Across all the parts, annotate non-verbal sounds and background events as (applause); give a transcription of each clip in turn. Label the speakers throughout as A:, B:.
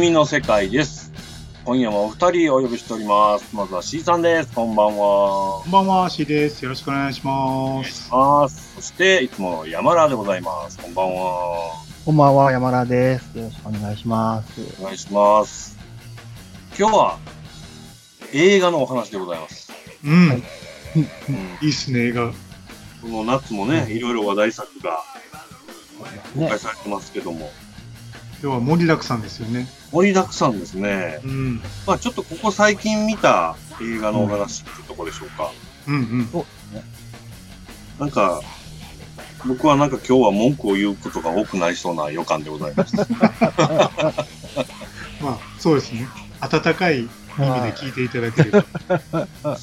A: みの世界です。今夜もお二人お呼びしております。まずは C さんです。こんばんは。
B: こんばんは、C です。よろしくお願いします。
A: あそして、いつもの山田でございます。こんばんは。
C: こんばんは、山田です。よろしくお願いします。
A: お願いします。今日は映画のお話でございます。
B: うん、
C: はい
B: い、
A: うん
B: いっすね、映画。
A: この夏もね、いろいろ話題作が公
C: ね
A: 開、されてますけども、
B: 今日は盛りだくさんですよね。
A: 盛りだくさんですね。
B: うん、
A: まあちょっとここ最近見た映画のお話っていうとこでしょうか。
B: うん、うん。
A: なんか、僕はなんか今日は文句を言うことが多くなりそうな予感でございます。
B: まあ、そうですね。温かい意味で聞いていただければ。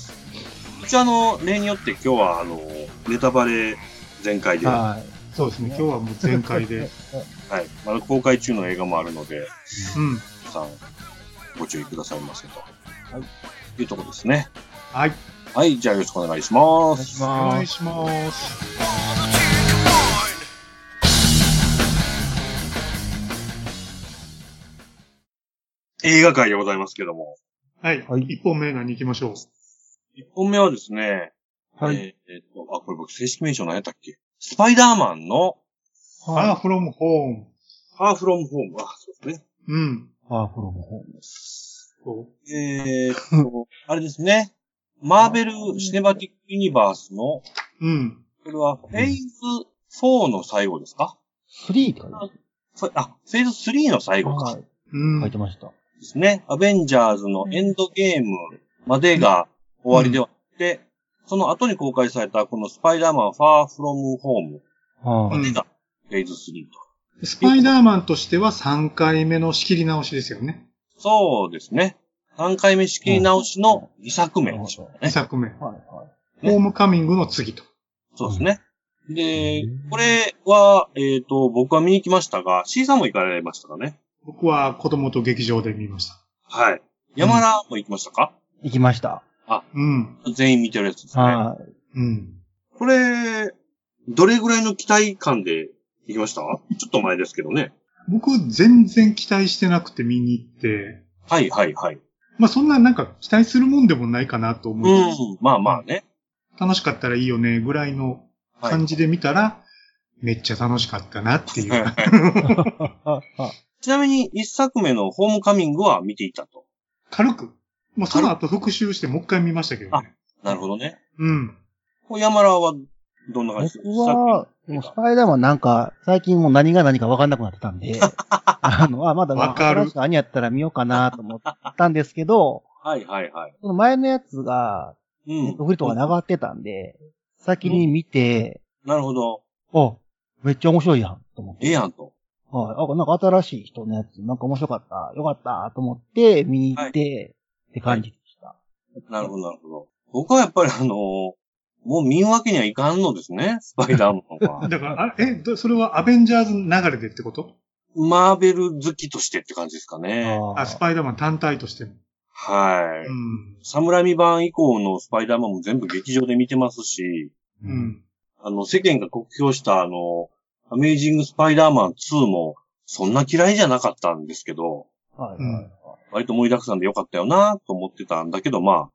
A: 一応あの、例によって今日はあの、ネタバレ全開で、は
C: はい。
B: (laughs) そうですね。今日はもう全開
C: (laughs)
B: で。
A: い、まだ公開中の映画もあるので、
B: うん、
A: 皆さんご注意くださいませと。。
C: はい
A: いうところですね。
B: はい、
A: はい、じゃあよろしくお願いしま
C: お願い
A: す。
C: し
B: お願
C: ま
B: い
C: す。
B: します。
A: 映画界でございますけども、
B: はい、
C: はい
B: 一本目何行きましょう。
A: 一本目はですね、
C: はい。
A: えーえっと、あ、これ僕正式名称何やったっけスパイダーマンの
B: あ
C: は
B: あ、フロムホーム。
A: ファーフロムホーム。あ、そうですね。
B: うん。
C: い。あ、フロムホーム。
B: こ
A: えーっと、あれですね。マーベル・シネマティック・ユニバースの、こ
B: ううん。
A: れはフェーズ4の最後ですか
C: 3って書いてまし
A: そあ、フェーズ3の最
C: た。
A: 後か
C: は。い。
B: うん。
C: 書いてました。
A: ですね。アベンジャーズのエンドゲームまでが終わりではなくて、その後に公開されたこのスパイダーマン・ファー・フロム・ホーム
C: は
A: ま
C: い。
A: でがフェーズ3と。
B: スパイダーマンとしては3回目の仕切り直しですよね。
A: そうですね。3回目仕切り直しの2作目でしょう
B: 2
A: ね。
B: 作目。
C: はい。は
B: ホームカミングの次と。
A: そうですね。で
C: う、ん
A: これは、えっ、と、僕は見に行きましたが、C さんも行かれましたかね。
B: 僕は子供と劇場で見ました。
A: はい。山田も行きましたか、
C: い。行きました。
B: うん。
A: 全員見てるやつですね。
C: は
B: うん。
A: これ、どれぐらいの期待感で行きましたちょっと前ですけどね。
B: 僕、全然期待してなくて見に行って、
A: はいはいはい。
B: まあそんななんか期待するもんでもないかなと
A: う
B: 思います。
A: ん。まあまあね。
B: 楽しかったらいいよね、ぐらいの
A: はい
B: 感じで見たら、めっちゃ楽しかったなっていう。
C: い。
A: (laughs) ちなみに、一作目のホームカミングは見ていたと。
B: (laughs) 軽く。もうその後復習してもう一回見ましたけどね。
A: なるほどね。
B: うん。
A: こう山田はどんな感じ
C: 僕は、もうスパイダーマンなんか、最近もう何が何か分かんなくなってたん (laughs) で、あの、あ、まだ
B: わかる
C: 新しく何やったら見ようかなと思ったんですけど、
A: はいはいはい。
C: その前のやつが、
A: う
C: ネットフリとか
A: な。
C: 流ってたんで、先に見て、
A: なるほど。
C: あ、めっちゃ面白いやん、と思って。
A: ええやんと。
C: はい。あ、なんか新しい人のやつ、なんか面白かった、よかった、と思って、見に行って、って感じでした。
A: なるほど、なるほど。僕はやっぱりあのーもう見んわけにはいかんのですね、スパイダーマン
C: (laughs)
A: は。
B: だから、あえ、どそれはアベンジャーズ流れでってこと
A: マーベル好きとしてって感じですかね。
B: あ、スパイダーマン単体としても。
A: は
B: う
A: い。
B: ん。
A: サムラミ版以降のスパイダーマンも全部劇場で見てますし、
C: う。
B: うんん。
A: あの、世間が酷評したあの、アメイジングスパイダーマン2も、そんな嫌いじゃなかったんですけど、
C: は
B: う
C: い。
B: ん
C: はい
A: 割と盛りだくさんでよかったよなと思ってたんだけど、まあ、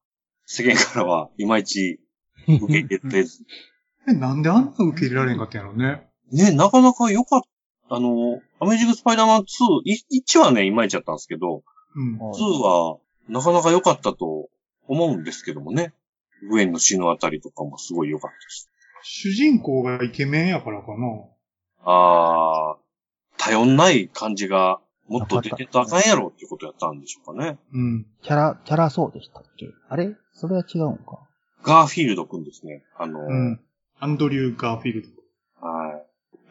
A: 世間からはいまいち受け入れてず、
B: え、なんであんな受け入れられんかったんやろうね。
A: ね、なかなか良かった。あの、アメージングスパイダーマン2、い1はね、いまいちだったんですけど、
B: うん。
A: 2はなかなか良かったと思うんですけどもね。グエンの死のあたりとかもすごい良かったです。
B: 主人公がイケメンやからかな。
A: あー、頼んない感じがもっと出てたらあかんやろっていうことやったんでしょうかね。
B: うん。
C: キャラ、キャラそうでしたっけあれそれは違うのか。
A: ガーフィールドくんですね。あの、
B: うん。アンドリュー・ガーフィールド。
A: は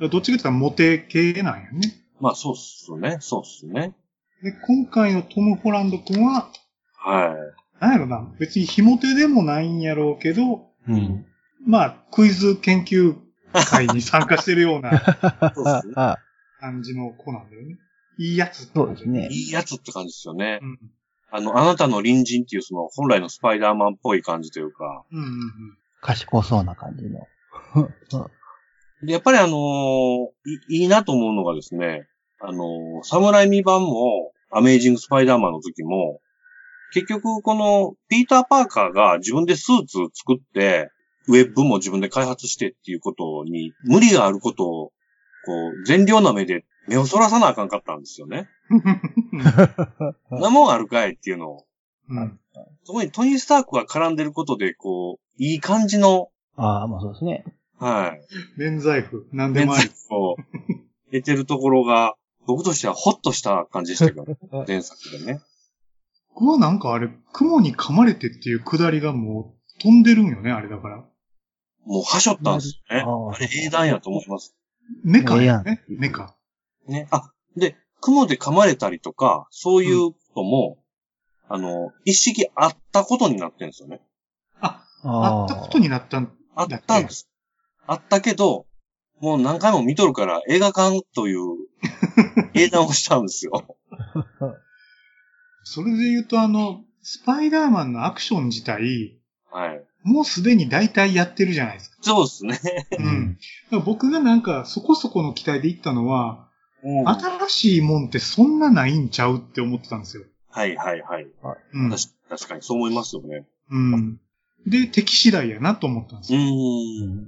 A: い。
B: どっちかって言ったらモテ系なんやね。
A: まあ、そうっすね。そうっすね。
B: で、今回のトム・ホランド君は、
A: は
B: なんやろな、別に非モテでもないんやろうけど、
A: い。うん。
B: まあ、クイズ研究会に参加してるような
A: そうっすね
C: ああ
B: 感じの子なんだよね。いいやつ。
C: そうです。ね。
A: いいやつって感じですよね
B: う。ん。
A: あの、あなたの隣人っていうその本来のスパイダーマンっぽい感じというか。
B: うんうん
C: 賢そうな感じの。
A: で、やっぱりあのーい、いいなと思うのがですね、あのー、サムライミ版も、アメイジングスパイダーマンの時も、結局このピーター・パーカーが自分でスーツ作って、ウェブも自分で開発してっていうことに、無理があることを、こう、善良な目で目をそらさなあかんかったんですよね。
C: はい
A: なもんあるかいっていうのを。
B: うん
A: そこにトニー・スタークが絡んでることで、こう、いい感じの、
C: (laughs) ああ、まあそうで
B: (laughs)
C: すね。
A: はい。
B: 免罪符。何で
A: メン
B: もあり。
A: ツを (laughs) 得てるところが、僕としてはホッとした感じでしたけど、前作でね。
B: 僕はなんかあれ、雲に噛まれてっていうくだりがもう飛んでるんよね、あれだから。
A: もうはしょったんですよね。
C: ああ
A: あれ英断やと思います。
B: メカや
C: え
B: ね。メカ。
A: ね。あ、で、雲で噛まれたりとか、そういうことも、あの、一式あったことになってるんですよね。
B: あ、あっ
C: ああ
B: たことになったん。
A: あったんです。あったけど、もう何回も見とるから映画館と (laughs) いう英断をしたんですよ。
B: それで言うとあの、スパイダーマンのアクション自体、
A: はい。
B: もうすでに大体やってるじゃないですか。
A: そうですね。
B: うん。だから僕がなんかそこそこの期待で行ったのは、
A: うんはい
B: 新しいもんってそんなないんちゃうって思ってたんですよ。
A: はいはい。
B: うん。
A: 確確かにそう思いますよね。
B: うん。で、敵次第やなと思ったんです
A: う
B: よ。
A: ーん。
B: うん。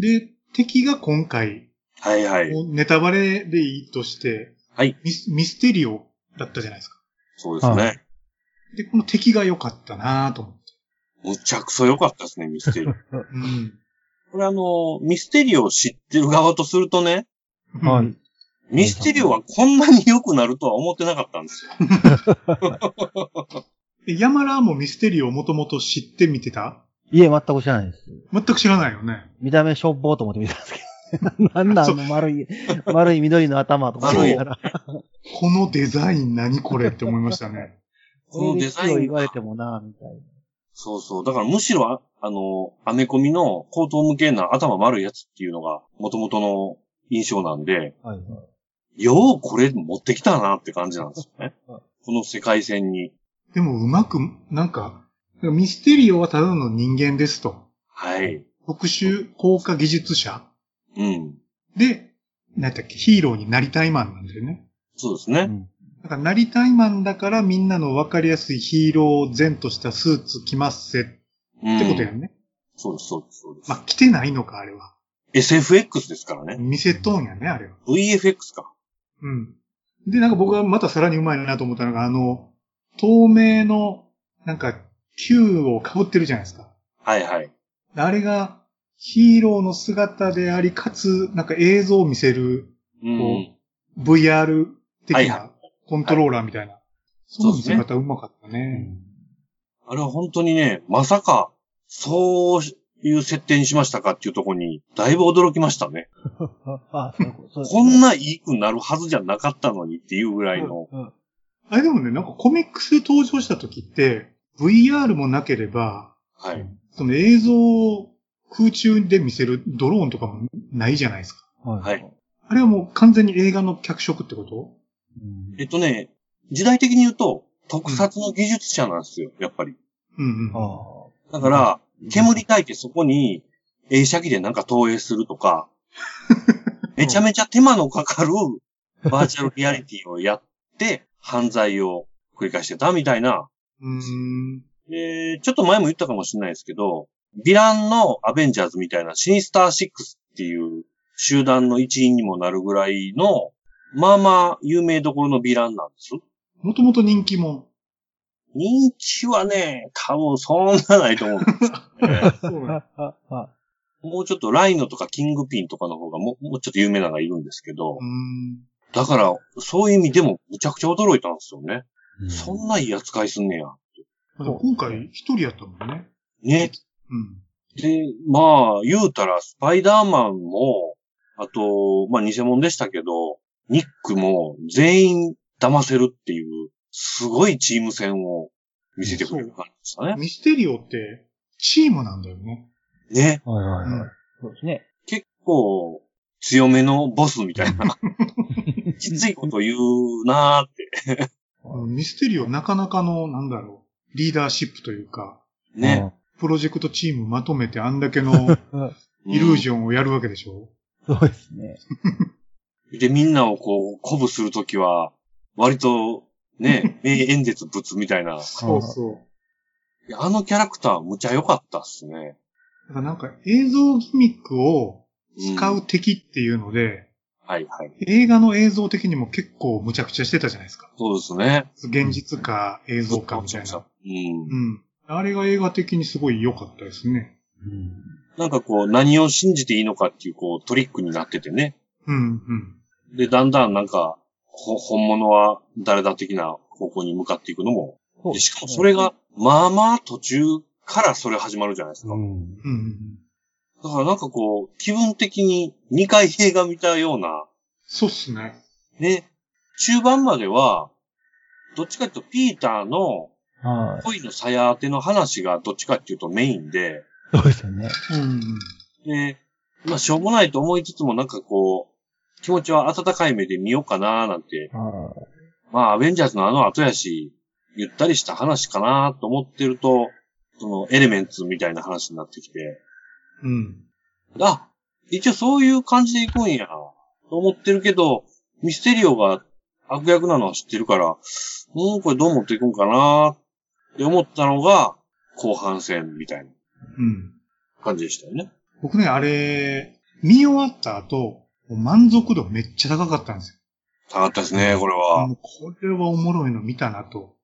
B: で、敵が今回、
A: はいはい。
B: もうネタバレでいいとして、
A: はい
B: ミス。ミステリオだったじゃないですか。
A: そうですね。
B: で、この敵が良かったなと思って。
A: むちゃくそ良かったですね、ミステリオ。
B: うん。
A: (laughs) これあの、ミステリオを知ってる側とするとね、
C: は
B: うん
C: い。
A: ミステリオはこんなに良くなるとは思ってなかったんですよ。
B: で山ラーもミステリオをもともと知ってみてた
C: いえ、全く知らないです。
B: 全く知らないよね。
C: 見た目しょっぼうと思って見たんですけど。 (laughs) なんだ、あの丸
B: (laughs)
C: い、丸い緑の頭とか思いながら。
B: このデザイン何これって思いましたね。
A: このデザイ
C: を
A: ン
C: 言わ
A: が
C: れ。てもな、みたい
A: そうそう。だからむしろあ、あの、アメコミの高等無形な頭丸いやつっていうのが元々の印象なんで、
C: な。はい。
A: ようこれ持ってきたなって感じなんですよね。
C: うん
A: この世界線に。
B: でもうまく、なんか、ミステリオはただの人間ですと。
A: はい。
B: 特殊効果技術者
A: うん。
B: で、なんだっけ、ヒーローになりたいマンなんだよね。
A: そうです
C: う
A: ね。
C: ん。
B: だからなりたいマンだからみんなのわかりやすいヒーローを善としたスーツ着ますせって
A: うん。
B: ことやんね。
A: そうです、そうです、そうです。
B: まあ、着てないのか、あれは。
A: SFX ですからね。
B: 見せとんやね、あれは。
A: VFX か。
B: うん。で、なんか僕はまたさらにうまいなと思ったのが、あの、透明の、なんか、球を被ってるじゃないですか。
A: はいはい。
B: あれが、ヒーローの姿であり、かつ、なんか映像を見せる
A: う
B: こ
A: ん。は
B: VR 的
A: いは
B: なコントローラーみたいな。その見せ
A: そう
B: 方うまかったね。
A: あれは本当にね、まさか、そういう設定にしましたかっていうところに、だいぶ驚きましたね。
C: あ、そういうこと。
A: こんないいくなるはずじゃなかったのにっていうぐらいの。
C: うん。
B: あれでもね、なんかコミックスで登場した時って、VR もなければ、
A: はい。
B: その映像を空中で見せるドローンとかもないじゃないですか。
C: は
A: はい。
B: あれはもう完全に映画の脚色ってこと
C: うん
A: えっとね、時代的に言うと、特撮の技術者なんですよ、やっぱり。
B: うんうん。
C: あ
A: だから、煙焚いてそこに映写機でなんか投影すると (laughs) か、めちゃめちゃ手間のかかるバーチャルリアリティをやって、犯罪を繰り返してたみたいな
B: うーん。
A: で、ちょっと前も言ったかもしれないですけど、ヴィランのアベンジャーズみたいなシニスター6っていう集団の一員にもなるぐらいの、まあまあ有名どころのヴィランなんです。
B: もともと人気も。
A: 人気はね、多分そんなないと思うんですよ
B: (laughs)
A: ね、
B: そう
C: あ。ああ
A: もうちょっとライノとかキングピンとかの方がもうもうちょっと有名なのがいるんですけど
B: う、ん。
A: だからそういう意味でもむちゃくちゃ驚いたんですよね。
C: うん
A: そんないい扱いすんねや。
B: まあ今回一人やったもんね。
A: ね。
B: うん。
A: で、まあ、言うたら、スパイダーマンも、あと、まあ、偽物でしたけど、ニックも全員騙せるっていう、すごいチーム戦を見せてくれる感じでしたね。
B: ミステリオってチームなんだよね。
A: ね。
C: はいはいは
B: う
C: い。そうですね。
A: 結構、強めのボスみたいな、きついこと言うなーって。
B: うんミステリオなかなかの、なんだろう、リーダーシップというか、
A: ね。
B: プロジェクトチームまとめてあんだけの
C: うん。
B: イルージ
A: ョ
B: ョンをやるわけでしょ、
C: そうですね。
A: ン。で、みんなをこう、鼓舞するときは、割と、
B: (laughs)
A: ね、名演説ぶつみたいな。
B: そうそ
A: いやあのキャラクターむちゃ良かったっすね。
B: う。だからなんか映像ギミックを
A: うん
B: 使う敵っていうので、
A: はいはい。
B: 映画の映像的にも結構無茶苦茶してたじゃないですか。
A: そうですね。
B: 現実か映像かみたいな。
A: うん
B: う。ん。あれが映画的にすごい良かったですね。
C: うん。
A: なんかこう、何を信じていいのかっていう、こう、トリックになっててね。
B: うん、
A: で、だんだんなんか、ほ本物は誰だ的な方向に向かっていくのも。
C: そう
A: でしかもそれが、まあまあ途中からそれ始まるじゃないですか。
C: うん。
B: うん。うん、うん。
A: だからなんかこう、気分的に2回映画見たような、
B: そうっすね。
A: ね、中盤までは、どっちかっていうと、ピーターの
C: はい。
A: 恋の鞘当ての話がどっちかっていうとメインで、
C: そうですよね。
B: うんうん。
A: で、まあしょうもないと思いつつもなんかこう、気持ちは温かい目で見ようかなーなんて
C: はい。
A: まあ、アベンジャーズのあの後やし、ゆったりした話かなと思ってると、その、エレメンツみたいな話になってきて、
B: うん。
A: あ、一応そういう感じで行くんや、と思ってるけど、ミステリオが悪役なのは知ってるから、うん、これどう持っていくんかなって思ったのが、後半戦みたいな
B: うん。
A: 感じでしたよね。
B: 僕ね、あれ、見終わった後、もう満足度めっちゃ高かったんですよ。
A: 高かったですね、これは
B: も。うこれはおもろいの見たなと。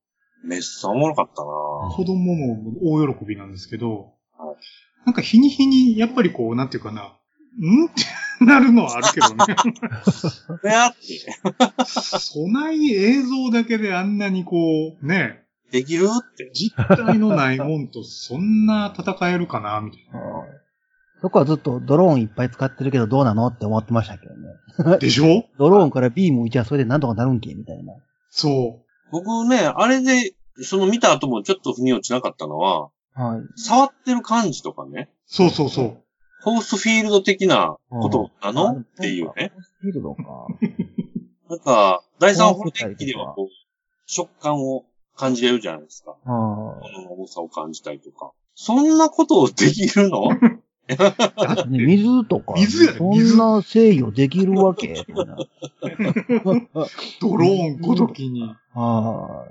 A: めっさおもろかったな
B: 子供も大喜びなんですけど
A: はい、
B: なんか日に日にやっぱりこう、なんていうかな、んってなるのはあるけどね。 (laughs)
A: いやって、
B: そない映像だけであんなにこう、ね、
A: できるって。
B: 実体のないもんとそんな戦えるかな、みたい
C: そこはずっとドローンいっぱい使ってるけどどうなのって思ってましたけどね。
B: な。でしょ
C: ドローンからビーム打ちゃそれでなんとかなるんけみたいな。
B: そ
A: 僕ね、あれで、その見た後もちょっと腑に落ちなかったのは、
C: はい。
A: 触ってる感じとかね、
B: う。そうそうそう。
A: ホースフィールド的なことなの、っていうね。。
C: スピールドか。
A: なんか、第三方程機ではこう、食感を感じれるじゃないですか。
C: あ
A: 物の重さを感じたりとか。そんなことをできるの
C: あ。ね水とか。
B: 水やで
C: そ
B: 水
C: んな制御できるわ
B: (laughs)
C: けみたいな
B: ドローンごときに。
C: ああ。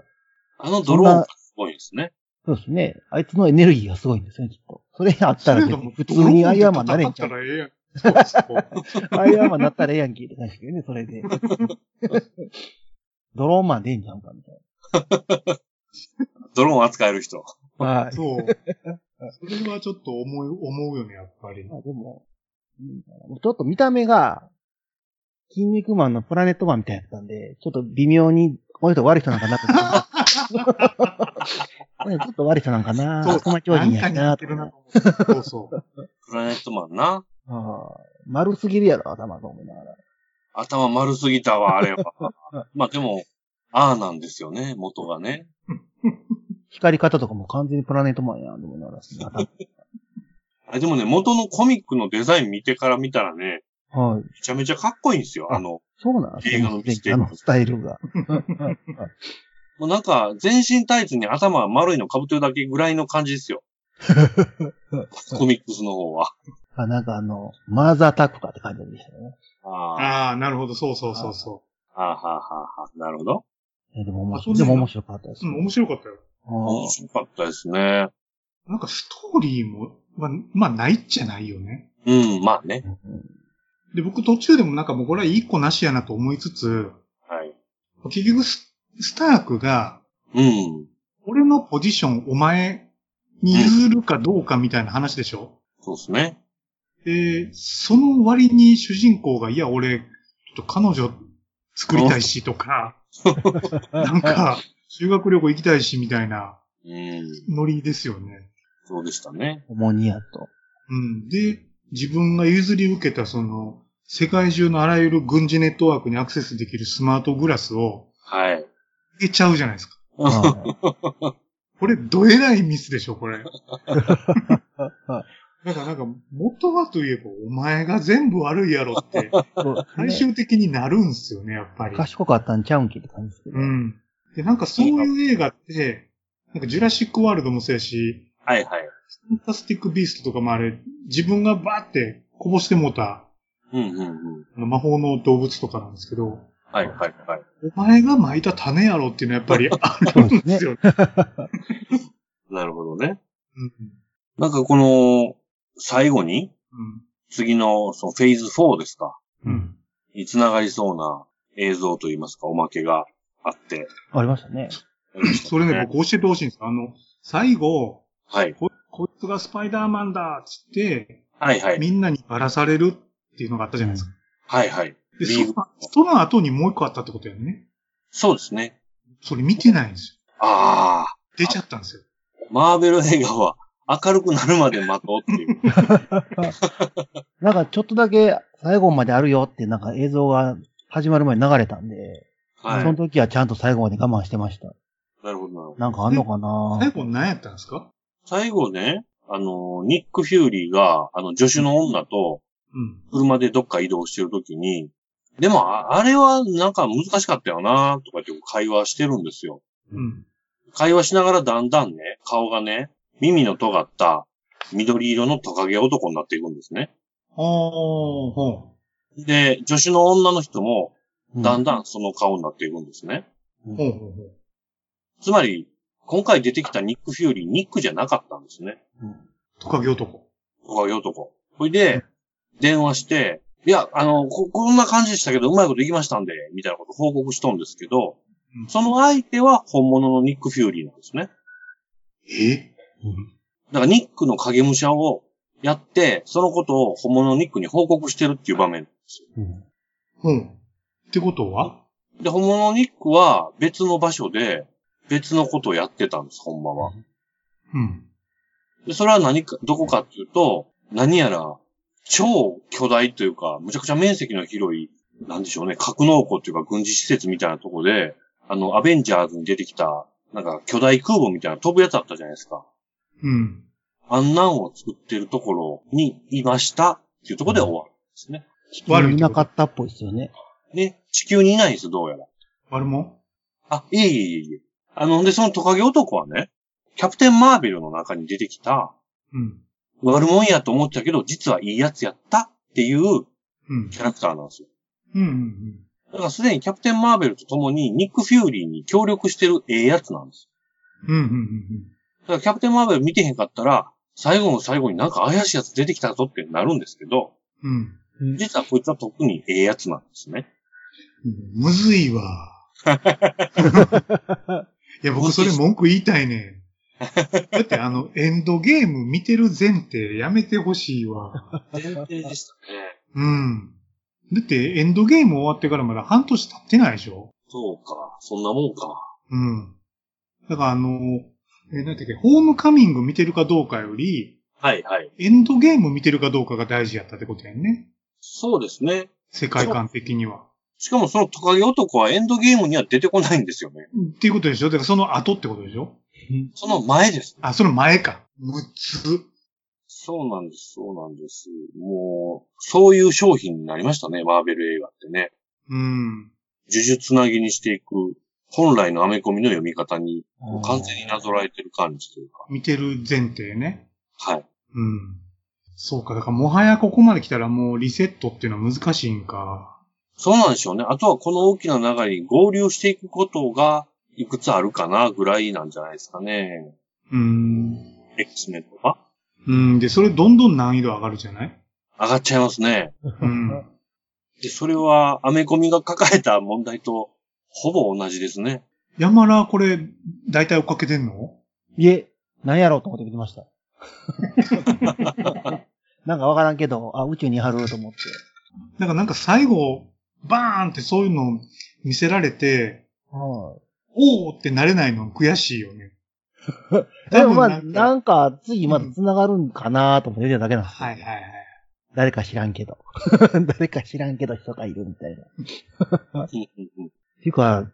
A: あのドローンがすごいですね。
C: そうですね。あいつのエネルギーがすごいんですね、きっと。それあったら、
B: それがもう
C: 普通にアイアンマンなれんちゃう
B: ド。ローンと戦ったらええやん。そうそう
C: アイアンマンなったらええやんけって感じだよね、それ
B: (laughs)
C: で。ドローンマンでいいんちゃうかみたい
A: ドローン扱える人。
C: な。はい。
B: そう。それはちょっと思う、思うよね、やっぱり。
C: まあでも、うんちょっと見た目が、筋肉マンのプラネットマンみたいだったんで、ちょっと微妙に、この人悪い人なんかなとか。 (laughs) この人ちょっと悪い人なんかな。
B: そう
C: 悪魔超人やし
B: な
C: なん
B: かに似てるな
C: とか。
B: と思う。そうそう。
A: プラネットマンな。
C: ああ丸すぎるやろ、頭と思いながら。
A: 頭丸すぎたわ、あれは。まあでも、ああなんですよね、元がね。
C: 光り方とかも完全にプラネットマンやんと思いながら。
A: あれでもね、元のコミックのデザイン見てから見たらね、
C: 頭はい。
A: めちゃめちゃかっこいいんですよ。あの、
C: そうなんです
A: 映画の見て
C: あのスタイルが。
A: もうなんか、全身タイツに頭は丸いの被ってるだけぐらいの感じですよ。 (laughs) コミックスの方は。
C: あなんかあの、マーザータックかって感じでしたよね。
A: あ
B: ああ、なるほど、そうそうそうそ
A: あ、はあ、はあ、はあ、なるほど。
C: いやでも面白
B: あそう
C: い。
B: ね
C: でも面白かったです。
B: う。うん、面白かったよ。
A: 面
C: あ
A: 白かったですね。
B: なんかストーリーも、まあ、まあ、ないっちゃないよね。
A: うん、まあね。
C: ーうん
B: で、僕途中でもなんかもうこれは一個なしやなと思いつつ、
A: はい。
B: 結局ス、スタークが、
A: うん。
B: 俺のポジションお前に譲るかどうかみたいな話でしょ、
A: そうですね。
B: で、その割に主人公が、いや、俺、ちょっと彼女作りたいしとか、 (laughs) なんか、修学旅行行きたいしみたいな
A: うん。
B: ノリですよね。
A: そうでしたね。
C: 重荷やと。
B: うん。で、自分が譲り受けたその、世界中のあらゆる軍事ネットワークにアクセスできるスマートグラスを
A: はい。
B: あげちゃうじゃないですか。
C: は
B: これ、どえらいミスでしょ、これ。
C: い
B: だからなんか、元はといえば、お前が全部悪いやろって、
C: そうですね
B: 最終的になるんすよね、やっぱり。
C: 賢かったんちゃうんけって感じですけど。
B: うん。で、なんかそういう映画って、なんかジュラシックワールドもそうやし、
A: (laughs) はいはい。
B: ファンタスティックビーストとかもあれ、自分がバーってこぼしてもうた、
A: うん、うん、うん。
B: あの魔法の動物とかなんですけど、
A: はいはいはい。
B: お前が巻いた種やろっていうのはやっ (laughs) ぱりあるんですよね。
A: なるほどね。
B: うん
A: なんかこの、最後に、次の、そのフェーズ4ですか。
B: うんうん
A: に繋がりそうな映像といいますか、おまけがあって。
C: ありましたね。
B: それね、僕教えてほしいんですあの、最後、
A: はい。
B: ここいつがスパイダーマンだっつって、
A: はいはい。
B: みんなにばらされるっていうのがあったじゃないですか。
A: はいはい。
B: で、
A: リー
B: そ
A: グ
B: のその後にもう一個あったってことやね。
A: そうですね。
B: それ見てないんです
A: ああ、
B: よ。出ちゃったんですよ。
A: マーベル映画は明るくなるまで待とうっ
B: (laughs)
A: ていう。
C: なんかちょっとだけ最後まであるよってなんか映像が始まる前に流れたんで、
A: はい
C: そ。の時はちゃんと最後まで我慢してました。
A: なるほどなるほど。
C: なんかあんのかな
B: 最後何やったんですか
A: 最後ね、あの、ニック・フューリーが、あの、助手の女と
B: うん。
A: 車でどっか移動してるときに、でも、ああれはなんか難しかったよな、とかって会話してるんですよ。
B: うん。
A: 会話しながらだんだんね、顔がね、耳の尖った緑色のトカゲ男になっていくんですね。
B: ほー、ほ
A: で、助手の女の人も、だん
C: だ
A: だんその顔になっていくんですね。
B: う。ほうほうほう。
A: つまり、今回出てきたニック・フューリー、ニックじゃなかったんですね。
B: トカゲ男。
A: トカゲ男。ほいで、電話して、いや、あの、こ、こんな感じでしたけど、うまいこといきましたんで、みたいなことを報告したんですけど
B: う、ん
A: その相手は本物のニック・フューリーなんですね。
B: え
A: だからニックの影武者をやって、そのことを本物のニックに報告してるっていう場面。
C: うん。
B: ほう。ってことは
A: で、本物のニックは別の場所で、別のことをやってたんです、ほんまは。
B: うん。
A: で、それは何か、どこかっていうと、何やら、超巨大というか、むちゃくちゃ面積の広い、なんでしょうね、格納庫というか軍事施設みたいなとこで、あの、アベンジャーズに出てきた、なんか巨大空母みたいな飛ぶやつあったじゃないですか。
B: うん。
A: あんなんを作ってるところにいましたっていうところで終わるんですね。
C: 地球にいなかったっぽいですよね。
A: ね、地球にいないんです、どうやら。
B: 悪者
A: あ、いえいえいえいえ。あの、で、そのトカゲ男はね、キャプテンマーベルの中に出てきた、
B: うん。
A: 悪者やと思ってたけど、実はいいやつやったっていう
B: うん。
A: キャラクターなんですよ。
B: うんうんうん。
A: だからすでにキャプテンマーベルと共にニック・フューリーに協力してるええやつなんです。
B: うんうん
A: だからキャプテンマーベル見てへんかったら、最後の最後になんか怪しいやつ出てきたぞってなるんですけど、
B: うんうん。うん。
A: 実はこいつは特にええやつなんですね。
B: むずいわ。 (laughs) いや、僕それ文句言いたいね (laughs) ん。だってあの、エンドゲーム見てる前提やめてほしいわ。
A: 全然でしたね。
B: うん。だってエンドゲーム終わってからまだ半年経ってないでしょ
A: そうか。そんなもんか。
B: うん。だからあの、えー、なんていうっけ、ホームカミング見てるかどうかより、
A: はいはい。
B: エンドゲーム見てるかどうかが大事やったってことやんね。
A: そうですね。
B: 世界観的には。
A: しかもそのトカゲ男はエンドゲームには出てこないんですよね。
B: っていうことでしょだからその後ってことでしょ
A: その前です。
B: あ、その前か。むつ。
A: そうなんです、そうなんです。もう、そういう商品になりましたね、マーベル映画ってね。
B: うん。
A: 呪術つなぎにしていく、本来のアメコミの読み方に、
C: うん
A: 完全になぞらえてる感じというか。
B: 見てる前提ね。
A: はい。
B: うん。そうか。だからもはやここまで来たらもうリセットっていうのは難しいんか。
A: そうなんでしょうね。あとはこの大きな流れに合流していくことが、いくつあるかな、ぐらいなんじゃないですかね。
B: うん。
A: X メンとか。
B: うん。で、それどんどん難易度上がるじゃない
A: 上がっちゃいますね。
B: うん。
A: で、それは、アメコミが抱えた問題と、ほぼ同じですね。
B: 山らこれ、大体追っかけてんの
C: いえ、何やろうと思って見てました。なんかわからんけど、あ、宇宙に貼ると思って。
B: だからなんか最後、バーンってそういうの見せられて、
C: は。
B: おーってなれないの悔しいよね
C: (laughs) い。でもま
B: 多
C: あ、
B: 分
C: な
B: なんか
C: んか次また繋がるんかなと思って見てただけなんですよ
B: はいはいはい。
C: 誰か知らんけど。 (laughs) 誰か知らんけど人がいるみたいな。
A: うんうんうん
C: ていうか、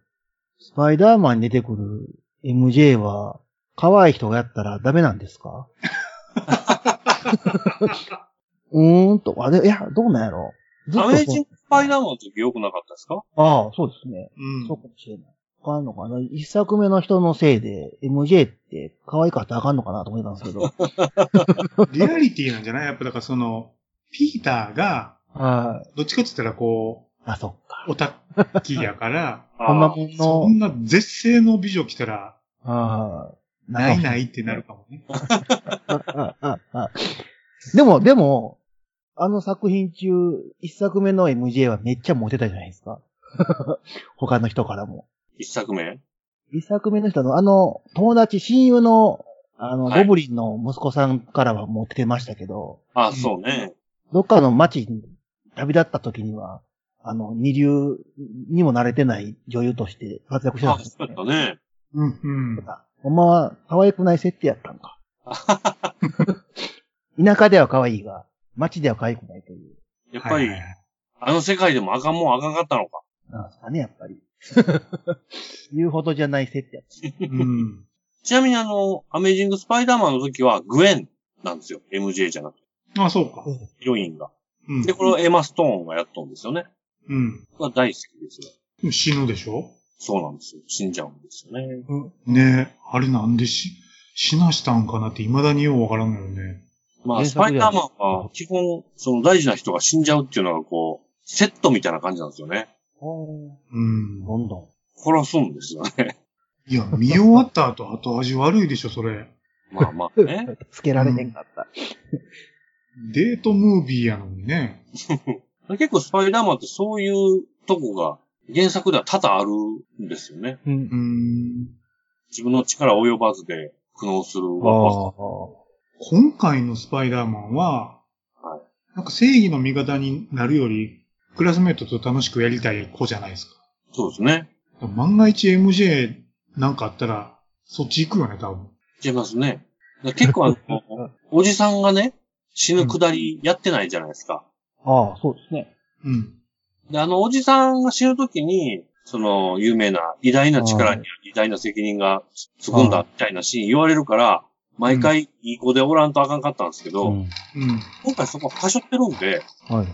C: スパイダーマンに出てくる MJ は、可愛い人がやったらダメなんですか
A: (laughs)
C: うーんと、あれ、いや、どうなんやろずっ
A: ア
C: と
A: メー
C: そう
A: ジングスパイダーマンの時良くなかったですか
C: ああ、そうですね。
B: うん。
C: そうかもしれない。あかんのかな一作目の人のせいで、MJ って可愛かったらあかんのかなと思ってたんですけ
A: (laughs)
C: ど。
B: リアリティなんじゃないやっぱだからその、ピーターが、
C: は
B: どっちかって言ったらこう、
C: い。あ、そう。
B: オタッキーやから、
C: ほんま
A: あー
C: もん
B: そ
C: (laughs) の
B: ん、な絶世の美女来たら、
C: ああ、
B: ない
C: い。
B: ないってなるかもね。
C: ああああでも、でも、あの作品中、一作目の MJ はめっちゃモテたじゃないですか。 (laughs) 他の人からも。
A: 一作目
C: 一作目の人の、あの、友達、親友の、あの、
A: はい
C: ゴブリンの息子さんからはモテてましたけど、
A: あ
B: ん
A: ーそうね。
C: どっかの街に旅立った時には、あの、二流にも慣れてない女優として活躍してたん
A: あ
C: です
A: そうや
C: ね
A: ったね。
B: うん、うん。
C: ほんまは可愛くない設定やったん (laughs) か。田舎では可愛いが、街では可愛くないという。
A: やっぱり
B: はい、はいはい
A: あの世界でもあかんもんあかんかったのか。
C: なんですかね、やっぱり。言うほどじゃない設定やった。
B: うん。
A: ちなみにあの、アメージングスパイダーマンの時はグエンなんですよ。MJ じゃなくて、
B: あ、そうか。
A: ヒロインが。
B: うん
A: で、。これをエマ・ストーンがやっとんですよね。
B: うん。
A: 僕は大好きですよ。
B: でも死ぬでしょ
A: そうなんですよ。死んじゃうんですよね。
B: ねえ、あれなんでし、死なしたんかなって未だにようわからんのよね。
A: まあ、
C: 原
A: スパ
C: 作
A: イ
C: では
A: ダーマンは基本、その大事な人が死んじゃうっていうのがこう、セットみたいな感じなんですよね。
B: うん。
C: どんどん。
A: 殺すんですよね。
B: い
C: (laughs)
B: や、見終わった後後味悪いでしょ、それ。
A: まあまあね。
C: つけられへんかった。
B: デートムービーやのにね。
A: 結構スパイダーマンってそういうとこが原作では多々あるんですよね。
C: うん
B: うーん。
A: 自分の力及ばずで苦悩する若
C: あ
B: 今回のスパイダーマンは、
A: は
B: なんか正義の味方になるより、クラスメートと楽しくやりたい子じゃないですか。
A: さそうですね。
B: だから万が一 MJ なんかあったら、そっち行くよね、多分。
A: 違いますね。だから結構あの、
C: (laughs)
A: おじさんがね、死ぬくだりやってないじゃないですか。
C: あ。ああ、そうですね。
B: うん。
A: で、あのおじさんが死ぬときに、その、有名な、偉大な力には偉大な責任がつくんだ、みたいなシーン言われるから、毎回いい子でおらんとあかんかったんですけど、
C: うん
B: うん。
A: 今回そこはしょってるんで、
C: はいはい。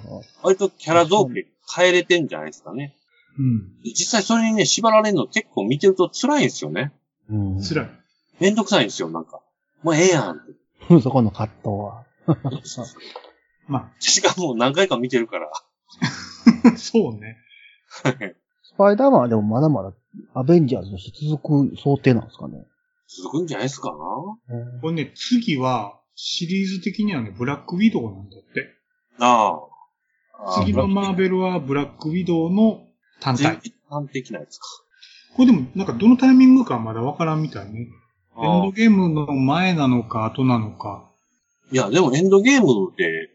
A: 割とキャラ造形変えれてんじゃないですかね。
B: うん。
A: で実際それにね、縛られるの結構見てると辛いんですよね。
C: うん
B: 辛い。 (laughs)
A: めんどくさいんですよ、なんか。もうええやんって。
C: そこの葛藤は。
B: ま
A: しかも何回か見てるから。
B: あ、そうね。
C: スパイダーマンはでもまだまだアベンジャーズとして続く想定なんですかね。
A: 続くんじゃないですか
B: これね、次は、シリーズ的にはね、ブラックウィドウなんだって。
A: なああ。
B: 次のマーベルはブラックウィドウの単
A: 全
B: 体。
A: 般的なやつか。
B: これでも、なんかどのタイミングかはまだわからんみたいね。エン
A: ああ
B: ドゲームの前なのか後なのか。
A: いや、でもエンドゲームで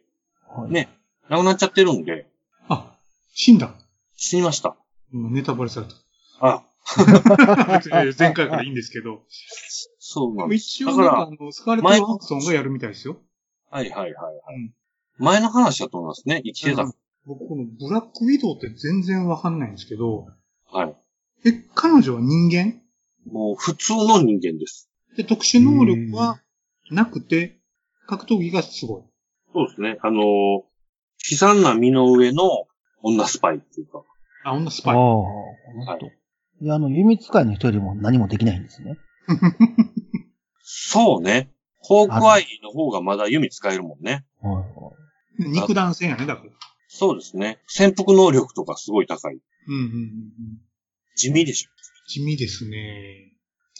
C: はい
A: ねなくなっちゃってるんで、
B: あ、死んだ。
A: 死にました。
B: うんネタバレ (laughs) された。
A: あ
B: 別に前回からいいんですけど。
A: そうなんです。
B: 一
A: だ
B: 応
A: か
B: なん
A: ら
B: かあの、スカーレット・ヨハンソンがやるみたいですよ。
A: はいはいはい、はい
B: うん
A: 前の話だと思いますね。生きてた。
B: うん僕このブラックウィドウって全然わかんないんですけど、
A: はい。
B: え、彼女は人間
A: もう普通の人間です。
B: で、特殊能力はなくて、格闘技がすごい。
A: そうですね。あのー悲惨な身の上の女スパイっていうか。
B: あ、女ス
C: あ
B: パ
C: あ、
B: イ。
C: 本当。で、あの、弓使いの人よりも何もできないんですね。
A: そうね。ホークアイの方がまだ弓使えるもんね。
C: はいはい。
B: 肉弾戦やね、だから。
A: そうですね。潜伏能力とかすごい高い。
B: うんうんうんうん。
A: 地味でしょ。
B: 地味ですね。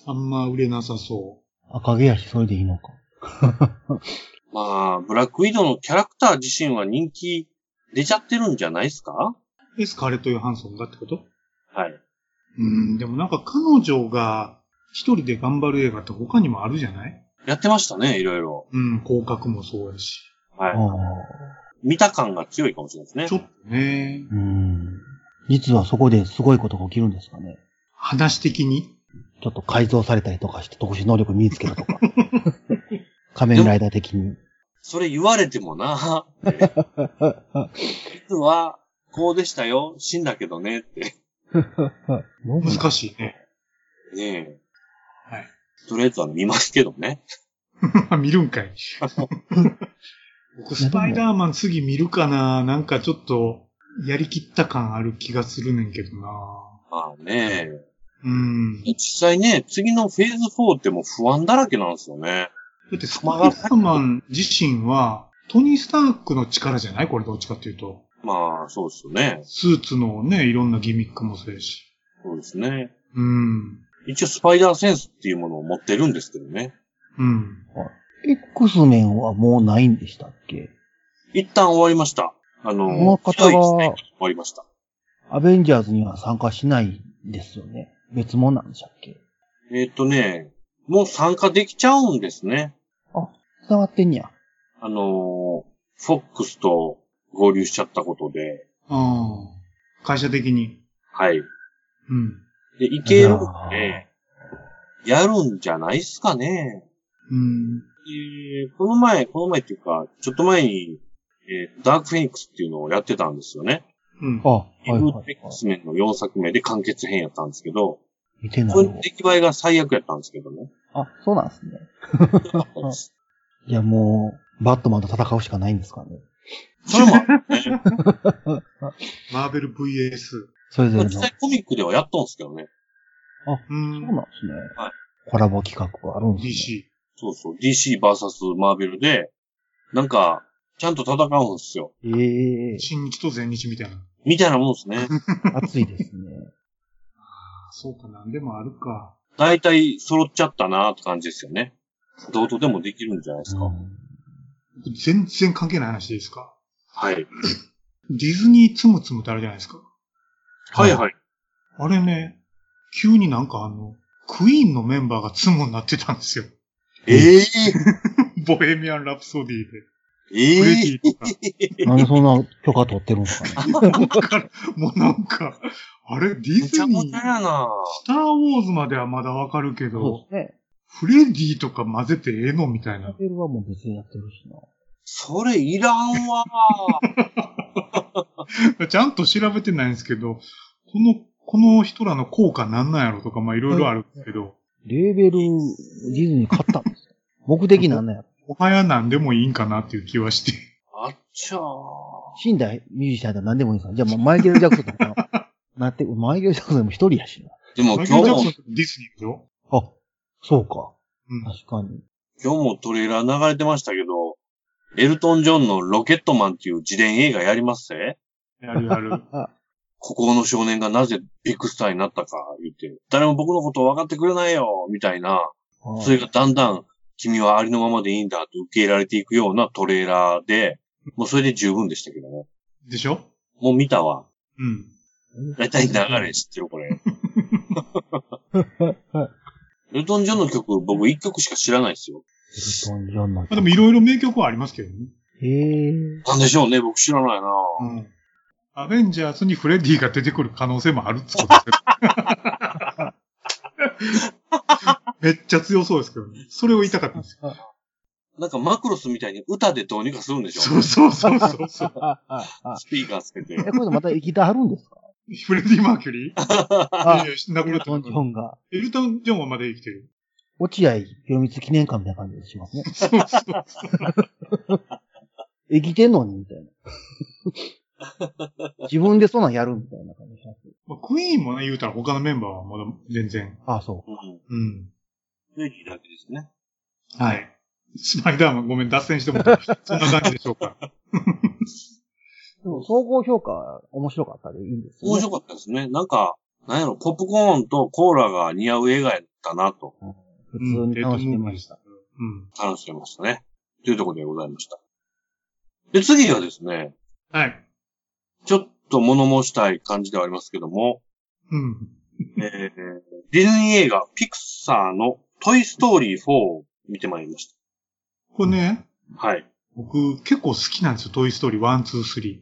B: あんま売れなさそ
C: 赤毛やし、それでいいのか。
A: まあ、ブラックウィドウのキャラクター自身は人気出ちゃってるんじゃないですか
B: う。で、スカーレット・ヨハンソンがってこと
A: はい。
B: うん、でもなんか彼女が一人で頑張る映画って他にもあるじゃない
A: やってましたね、いろいろ。
B: うん、広角もそうやし。
A: は
C: あ
A: い。
C: あ。
A: 見た感が強いかもしれないで
B: ち
A: す
B: ょ
A: ね。
B: っとね、
C: うん。実はそこですごいことが起きるんですかね。
B: 話的に。
C: ちょっと改造されたりとかして特殊能力身につけたと (laughs) か。仮面ライダー的に。
A: それ言われても (laughs) な、って実は、こうでしたよ、死んだけどね、って。
B: 難しいね。
A: ねえ。
B: はい。
A: とりあえずは見ますけどね。
B: 見るん (laughs) かい。僕、スパイダーマン次見るかななんかちょっと、やりきった感ある気がするねんけどな
A: まあね
B: うん。だ
A: 実際ね、次のフェーズ4ってもう不安だらけなんですよね。
B: って、スパイダーマン自身は、トニー・スタークの力じゃないこれどっちかっていうと。
A: まあ、そうですよね。
B: スーツのね、いろんなギミックもそうやし。
A: そうですね。
B: うん。
A: 一応、スパイダーセンスっていうものを持ってるんですけどね。
B: うん。
C: X メンはもうないんでしたっけ
A: 一旦終わりました。あ
C: この
A: の、ひ
C: 方
A: どいですね
C: は
A: 終わりました。
C: アベンジャーズには参加しないんですよね。別物なんでしたっけ
A: えーっ、とね、もう参加できちゃうんですね。
C: 伝わってんや。
A: あのー、フォックスと合流しちゃったことで、
B: ああ。会社的に。
A: はい。
B: うん。
A: で、いけるん
C: あ
A: で、やるんじゃないっすかね。
B: うん。
A: でこの前、この前っていうか、ちょっと前に、えーダークフェニックスっていうのをやってたんですよね。
B: うん
C: あ、。はい
A: エ
C: はい
A: グ
C: は
A: テ
C: い
A: ックスメンの4作目で完結編やったんですけど、
C: 見てない
A: それの
C: の。
A: 出来栄えが最悪やったんですけどね。
C: (laughs) あ、そうなんですね。いやもう、バットマンと戦うしかないんですかね。
A: それもあるね、
B: マーベル VS。
C: それぞれ
A: 実
C: の。そう
A: 際コミックではやっとんですけどね。
B: う
C: なん
B: ん。
C: ですね。
A: はい
C: コラボ企画があるんですね。
B: DC。
A: そうそう。DC vs マーベルで、なんか、ちゃんと戦うんですよ。
C: ええ
B: 新日と前日みたいな。
A: みたいなもんですね。
C: 熱いですね。
B: そうか、なんでもあるか。
A: だいたい揃っちゃったなって感じですよね。どうとでもできるんじゃないですか。
C: うん
B: 全然関係ない話でいいですか
A: はい。
B: ディズニーつむつむってあるじゃないですか。
A: はいはい。
B: あれね、急になんかあの、クイーンのメンバーがつむになってたんですよ。
A: ええ (laughs)
B: ボヘミアン・ラプソディで。クレ
A: え
B: デ
A: え
B: ィとか。
C: なんでそんな許可取ってるんですかね。
B: なんか、もうなんか、あれ、ディ
A: めち
B: ズ
A: ゃ
B: ニ
A: も
B: ー、
A: ちゃ
B: ス
A: やな
B: ター・ウォーズまではまだわかるけど、
C: うですね。
B: フレディとか混ぜてええのみたい
C: ラ
B: な。
C: ベルはもう別にやってるしな。
A: それいらんわ
B: ちゃんと調べてないんですけど、この、この人らの効果なんなんやろとか、まあいろいろあるんですけど、
C: レーベル、ディズニー買ったんですよ。目的なんなんやろ。
B: もはや何でもいいんかなっていう気はして。
A: あっちゃー。
C: 死んだミュージシャンだ何でもいいんですかじゃあもうマイケル・ジャクソンとか、なって、マイケル・ジャクソンでも一人やしな。
A: でも
B: マイ
A: 今
B: ケル・
A: 日
B: ジャクソ
A: も
B: ン、とディズニーでしょ
C: あ、そうか。
B: うん。
C: 確かに。
A: 今日もトレーラー流れてましたけど、エルトン・ジョンのロケットマンっていう自伝映画やりますぜ
B: やるやる。
A: ここの少年がなぜビッグスターになったか言って、誰も僕のことを分かってくれないよみたいな、
C: はい
A: それがだんだん君はありのままでいいんだと受け入れられていくようなトレーラーで、もうそれで十分でしたけどね。
B: でしょ
A: もう見たわ。
B: うん。
A: だいたい流れ知ってるこ
B: (laughs)
A: れ。エルトン・ジョンの曲、僕一曲しか知らないですよ。
C: エルトン・ジョンの
B: まあでもいろいろ名曲はありますけどね。
C: へえ。
A: なんでしょうね、僕知らないな
B: うん。アベンジャーズにフレディが出てくる可能性もあるっつことですよ (laughs) めっちゃ強そうですけどね。それを言いたかったんですよ。
A: なんかマクロスみたいに歌でどうにかするんでしょ
B: そうそうそうそうそう。
C: あああ
A: スピーカーつ
B: (laughs)
A: けて。
C: (laughs) え、これまた生きてはるんですか
B: フレディ・マーキュリー
C: あ
B: いやいや亡く
C: エ
B: な
C: ル
B: った
C: トン・ジョンが、
B: エルトン・ジョンはまだ生きてる。
C: 落合博光記念館みたいな感じがしますね。
B: そうそう。
C: (laughs) 生きてんのにみたいな。自分でそんなんやるみたいな感じします。
B: まあ、クイーンもね、言うたら他のメンバーはまだ全然。
C: ああ、そう。
A: うん。
B: うん。
A: フレディだけですね。
B: はい。スパイダーマンごめん、脱線してもらったそんな感じでしょうか。
C: でも総合評価面白かったでいいんですよ、
A: 面
C: ね。
A: 白かったですね。なんか、なんやろ、ポップコーンとコーラが似合う映画やったなと、
C: 普通に楽しめました。
B: うん。
A: 楽しめましたね。というところでございました。で、次がですね、
B: はい。
A: ちょっと物申したい感じではありますけども、
B: うん。
A: えー、ディズニー映画、ピクサーのトイストーリー4を見てまいりまし
B: これね、
A: た。はい。
B: 僕結構好きなんですよ。トイ・ストーリー1、2、3。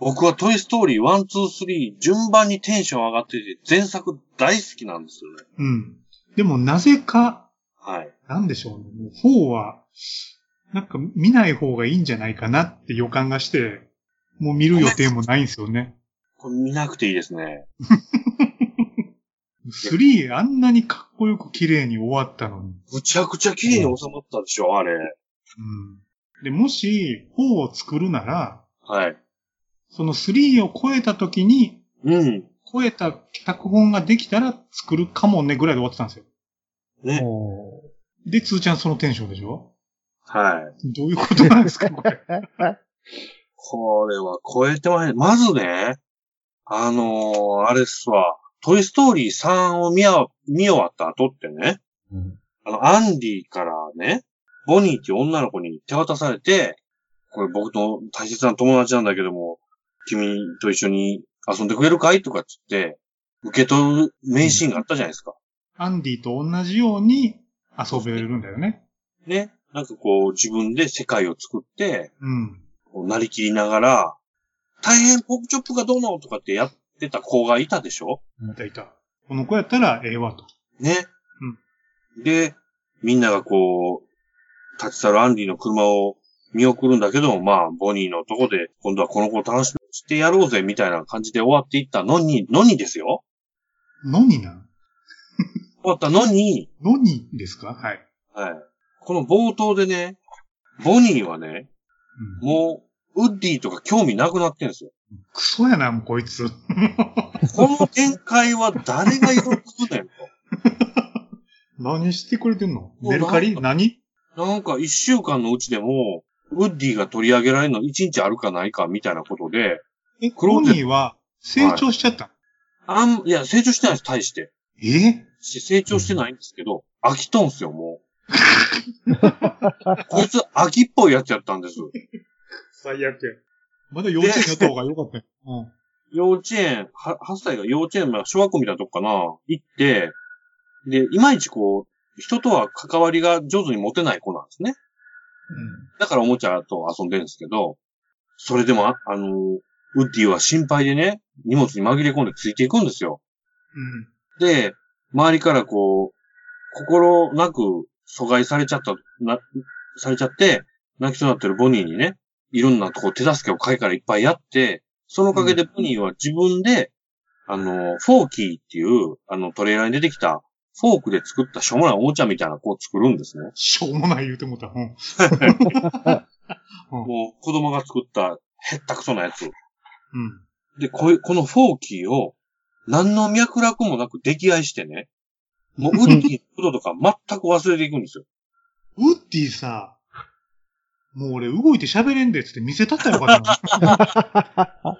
A: 僕はトイストーリー1、2、3順番にテンション上がってて、前作大好きなんですよね。
B: うん。でもなぜか、
A: はい。
B: なんでしょうね。もう4は、なんか見ない方がいいんじゃないかなって予感がして、もう見る予定もないんですよね。
A: これ見なくていいですね。
B: 3あんなにかっこよく綺麗に終わったのに。
A: むちゃくちゃ綺麗に収まったでしょ、あれ。
B: うん。で、もし4を作るなら、
A: はい。
B: その3を超えた時に、
A: うん。
B: 超えた脚本ができたら作るかもねぐらいで終わってたんですよ。
A: ね。
C: おー
B: で、つーちゃんそのテンションでしょ
A: はい。
B: どういうことなんですかこれ。
A: これは超えてまいまずね、あのーあれっすわ、トイストーリー3を見あ見終わった後ってね、
C: うん。
A: あの、アンディからね、ボニーっていう女の子に手渡されて、これ僕の大切な友達なんだけども、君と一緒に遊んでくれるかいとかっつって、受け取る名シーンがあったじゃないですか。
B: アンディと同じように遊べるんだよね。
A: ね。なんかこう、自分で世界を作って、
B: うん。
A: こうなりきりながら、大変ポップチョップがどうのとかってやってた子がいたでしょ
B: いたいた。この子やったらええわと。
A: ね。で、みんながこう、立ち去るアンディの車を見送るんだけど、まあ、ボニーのとこで、今度はこの子を楽しみにしてやろうぜ、みたいな感じで終わっていったのに、のにですよ。
B: のにな
A: 終わったのに、
B: のにですかはい。
A: はい。この冒頭でね、ボニーはね、
B: うん、
A: もう、ウッディとか興味なくなってんですよ。
B: クソやな、もうこいつ。
A: この展開は誰が喜ぶねんと。
B: 何してくれてんの
A: もう
B: メルカリ何
A: なんか一週間のうちでも、ウッディが取り上げられるの一日あるかないかみたいなことで、
B: え、
A: クロー
B: ロ
A: ゼット
B: ニーは成長しちゃった、
A: あん、いや、成長してないです、対して。
B: え
A: し成長してないんですけど、飽きとんすよ、もう。こいつ、飽きっぽいやつやったんです。
B: 最悪や。まだ幼稚園やった方がよかったよ。うん。
A: 幼稚園、は8歳が幼稚園、まあ小学校みたいなとこかな、行って、で、いまいちこう、人とは関わりが上手に持てない子なんですね。だからおもちゃと遊んでるんですけど、それでもあ、あの、ウッディは心配でね、荷物に紛れ込んでついていくんですよ。
B: うん。
A: で、周りからこう、心なく阻害されちゃった、な、されちゃって、泣きそうになってるボニーにね、いろんなこう手助けを会からいっぱいやって、そのおかげでボニーは自分で、あの、フォーキーっていう、あの、トレーラーに出てきた、フォークで作ったしょうもないおもちゃみたいな子を作るんですね。
B: しょうもない言うてもうた。うん。
A: もう、子供が作った、へったくそなやつ。
B: うん。
A: で、こういう、このフォーキーを、何の脈絡もなく溺愛してね、もう、ウッディのこととか全く忘れていくんですよ
B: ウッディさ、もう俺動いて喋れんでっつって見せたったらよかったな。 (laughs)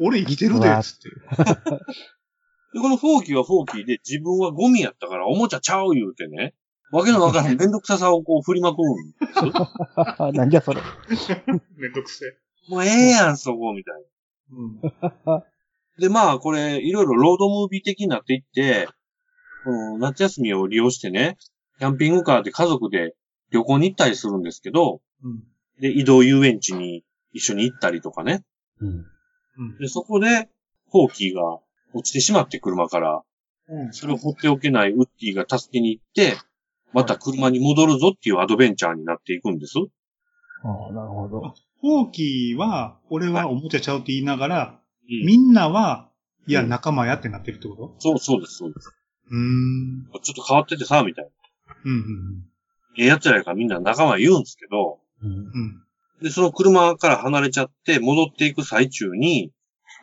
B: 俺生きてるでっつって。
A: で、このフォーキーはフォーキーで、自分はゴミやったからおもちゃちゃう言うてね、わけのわからんめんどくささをこう振りまくうん。 (laughs)
C: なん (laughs) じゃそれ。
B: めんどくせえ。
A: もうええやん、そこ、みたい
B: うん。
A: な。で、まあ、これ、いろいろロードムービー的になっていって、この夏休みを利用してね、キャンピングカーで家族で旅行に行ったりするんですけど、
B: うん。
A: で、移動遊園地に一緒に行ったりとかね。
C: うん。
B: うん
A: で、そこで、フォーキーが落ちてしまって車から、
B: うん。
A: それを放っておけないウッディが助けに行って、また車に戻るぞっていうアドベンチャーになっていくんです。
C: ああ、なるほど。
B: ホーキーは、俺はおもちゃちゃうって言いながら、
A: うん
B: みんなは、いや、
A: うん
B: 仲間やってなってるってこと
A: そう、そうです、そうです。
B: うーん。
A: ちょっと変わっててさ、みたいな。
B: うん、うん
A: ええやつらやからみんな仲間言うんですけど、
C: うん。
B: うん、うん。
A: で、その車から離れちゃって戻っていく最中に、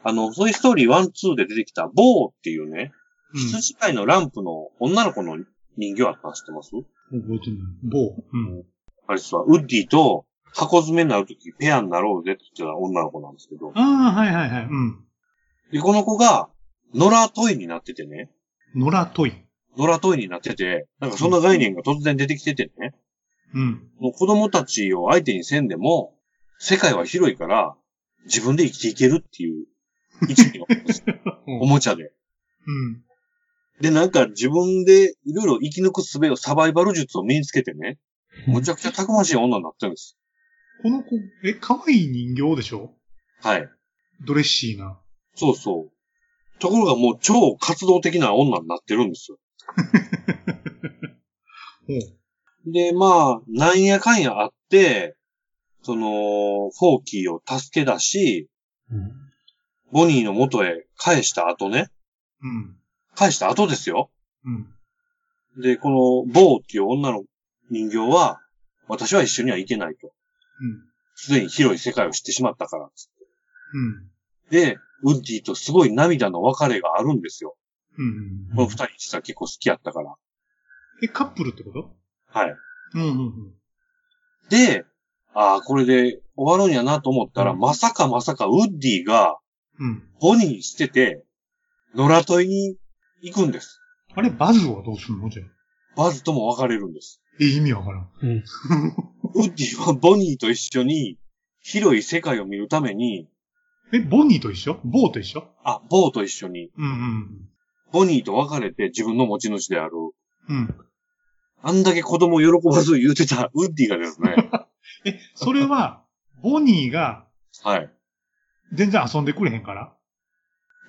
A: あの、そういうストーリー1、2で出てきたボーっていうね、
B: うん。
A: 羊飼いのランプの女の子の人形あったの知ってます
B: 覚えてない。某。うん。
A: あれさ、ウッディと箱詰めになるときペアになろうぜって言ってた女の子なんですけど、
B: ああ、はいはいはい。うん。
A: で、この子が野良トイになっててね、
B: 野良トイ。
A: 野良トイになってて、なんかそんな概念が突然出てきててね、
B: うん。
A: もう子供たちを相手にせんでも、世界は広いから、自分で生きていけるっていう、一
B: (laughs)
A: 味のおもちゃで。
B: うん。
A: で、なんか自分でいろいろ生き抜く術を、サバイバル術を身につけてね、むちゃくちゃたくましい女になってるんです。
B: この子、え、可愛い人形でしょ
A: はい。
B: ドレッシーな。
A: そうそう。ところがもう超活動的な女になってるんですよ。
B: (laughs) ほう。
A: で、まあ、なんやかんやあって、その、フォーキーを助け出し、
C: うん。
A: ボニーの元へ返した後ね、
B: うん。
A: 返した後ですよ。
B: うん。
A: で、この、ボーっていう女の人形は、私は一緒には行けないと。
B: うん。
A: すでに広い世界を知ってしまったからっつ
B: うん。
A: って。で、ウッディとすごい涙の別れがあるんですよ。
B: うん。
A: この二人実は結構好きやったから。
B: え、カップルってこと
A: はい。
B: うんうんうん。
A: で、ああ、これで終わるんやなと思ったら、
B: うん
A: まさかまさかウッディが
B: うん。
A: ボニー捨てて、野良問いに行くんです。
B: あれ、バズはどうすんのじゃあ。
A: バズとも別れるんです。
B: え、意味わからん。
D: うん。
A: ウッディはボニーと一緒に広い世界を見るために、
B: え、ボニーと一緒ボーと一緒
A: あ、ボーと一緒に、
B: うん
A: ボニーと別れて自分の持ち主である。
B: うん。うん。
A: あんだけ子供を喜ばず言うてたウッディがです
B: (laughs)
A: ね。
B: え、それは、ボニーが
A: はい。
B: 全然遊んでくれへんから
A: っ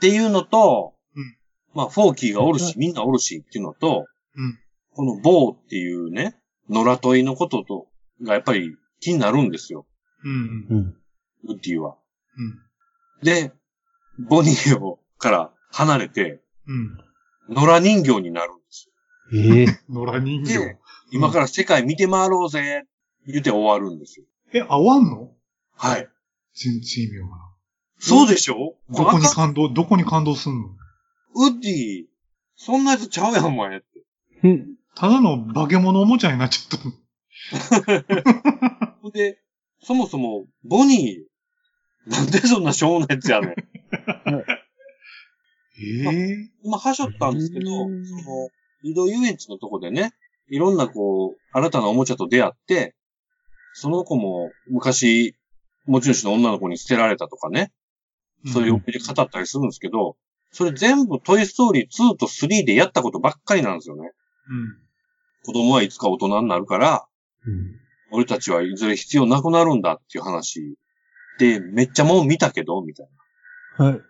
A: ていうのと、
B: うん
A: まあ、フォーキーがおるし、みんなおるしっていうのと、
B: うん
A: このボーっていうね、野良問いのことと、がやっぱり気になるんですよ、
B: うんうん。
C: うん。
A: ウッディは。
B: うん。
A: で、ボニーを、から離れて、
B: うん。
A: 野良人形になるんですよ。
D: ええ
B: 野良人形
A: で。今から世界見て回ろうぜ言って終わるんですよ。
B: え、合わんの
A: はい。
B: 全然意味わか
A: そうでしょ、
B: らん。どこに
A: 赤
B: 感動、どこに感動すんの
A: ウッディ、そんなやつちゃうやん、お前。
D: うん。
B: ただの化け物おもちゃになっちゃった。
A: で、そもそも、ボニー、なんでそんなしょうもないやつやね (laughs) ん。
B: ええ
A: 今、はしょったんですけど、そ
D: うん
A: の、移動遊園地のとこでね、いろんなこう、新たなおもちゃと出会って、その子も昔、持ち主の女の子に捨てられたとかね、そういうおっぴり語ったりするんですけど、それ全部トイストーリー2と3でやったことばっかりなんですよね。子供はいつか大人になるから、俺たちはいずれ必要なくなるんだっていう話。で、めっちゃもう見たけど、みたいな。
D: はい。
B: うん。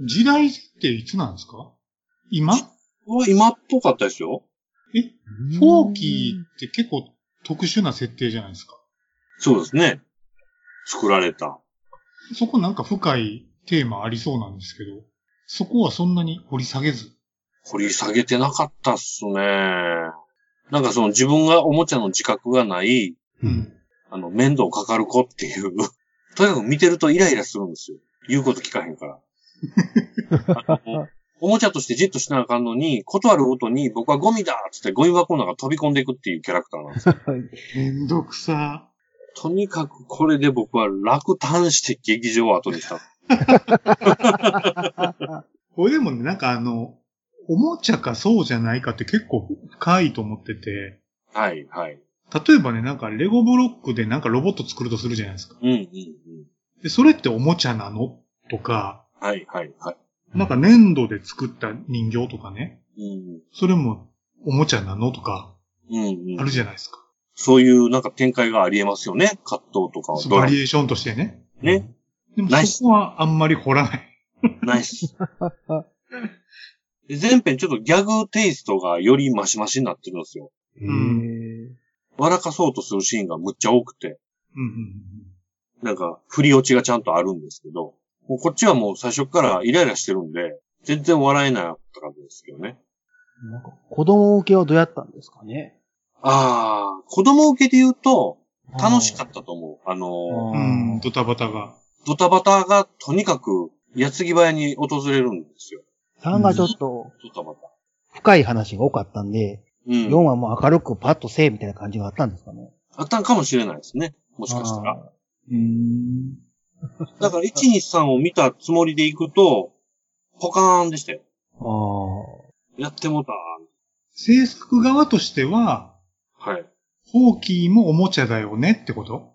B: うん。時代っていつなんですか今
A: これは今っぽかったですよ。
B: え、フォーキーって結構特殊な設定じゃないですか。
A: そうですね。作られた。
B: そこなんか深いテーマありそうなんですけど、そこはそんなに掘り下げず。
A: 掘り下げてなかったっすね。なんかその自分がおもちゃの自覚がない、
D: う
B: うんん。
A: あの、面倒かかる子っていう。 (laughs) とにかく見てるとイライラするんですよ。言うこと聞かへんから。あのおもちゃとしてじっとしなあかんのに、断るごとに僕はゴミだっつってゴミ箱の中飛び込んでいくっていうキャラクターなん
B: (laughs)
A: ですよ。
B: めんどくさ。
A: とにかくこれで僕は落胆して劇場を後にした。
B: これでもね、なんかあの、おもちゃかそうじゃないかって結構深いと思ってて、
A: はい、はい。
B: 例えばね、なんかレゴブロックでなんかロボット作るとするじゃないですか。
A: うん、うん、うん。
B: で、それっておもちゃなのとか、
A: はい、はい、はい。
B: なんか粘土で作った人形とかね、
A: うん、
B: それもおもちゃなのとか、
A: うん、う
B: あ
A: ん
B: る。じゃないですか。
A: そういうなんか展開がありえますよね。葛藤とか
B: そう
A: ド
B: バ
A: ラマ
B: リエーションとしてね。
A: ね。
B: でも
A: ナイス
B: そこはあんまり掘らない。
A: ないっす。で前編ちょっとギャグテイストがよりマシマシになってるんですよ。
D: うん。
A: 笑かそうとするシーンがむっちゃ多くて、
B: うんうん
A: なんか振り落ちがちゃんとあるんですけど、もうこっちはもう最初からイライラしてるんで、全然笑えなかったんですけどね。
C: なんか子供受けはどうやったんですかね
A: ああ、子供受けで言うと楽しかったと思う。あの、
B: うんうん、ドタバタが。
A: ドタバタがとにかく矢継ぎ早に訪れるんですよ。
C: 3がちょっと
A: ドタバタ。
C: 深い話が多かったんで、
A: う
C: 4
A: ん。
C: はもう明るくパッとせえみたいな感じがあったんですかね。
A: あったんかもしれないですね。もしかしたら。
C: あ
B: うん。
A: だから、1、2、3を見たつもりで行くと、ポカーンでしたよ。
C: ーあ
A: やってもうた。
B: 制作側としては、
A: はい。
B: ホーキーもおもちゃだよねってこと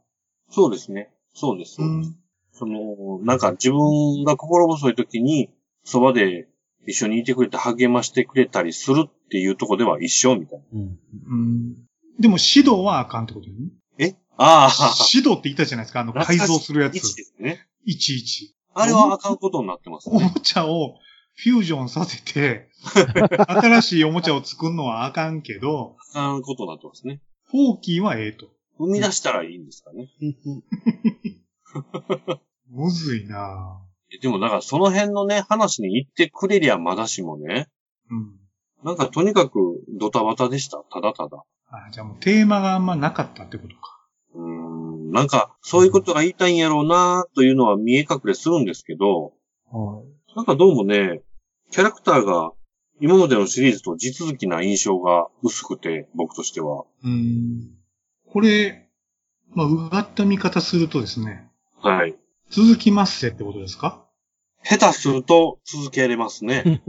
A: そうですね。そうです。
B: うん。
A: その、なんか自分が心細い時に、そばで一緒にいてくれて励ましてくれたりするっていうとこでは一緒みたいな。
C: ー。うん。
B: うん。でも指導はあかんってことよ (laughs) ね。
A: えああ、
B: 指導って言ったじゃないですか、あの改造するやつ。
A: 位置ですね。
B: いちいち。
A: あれはあかんことになってます
B: おも
A: ね。
B: ちゃをフュージョンさせ (laughs) て、新しいおもちゃを作るのはあかんけど、
A: あかんことになってますね。
B: フォーキーはええと。
A: 生み出したらいいんですかね。
B: むずいなぁ。
A: でも、だからその辺のね、話に行ってくれりゃまだしもね、
B: うん。
A: なんかとにかくドタバタでした。ただただ。
B: あ、じゃあもうテーマがあんまなかったってことか。
A: うーんなんか、そういうことが言いたいんやろうなというのは見え隠れするんですけど、
C: は
A: なんかどうもね、キャラクターが今までのシリーズと地続きな印象が薄くて、僕としては。
B: うん。これ、まあ、うがった見方するとですね、
A: はい。
B: 続きますせってことですか
A: 下手すると続けられますね。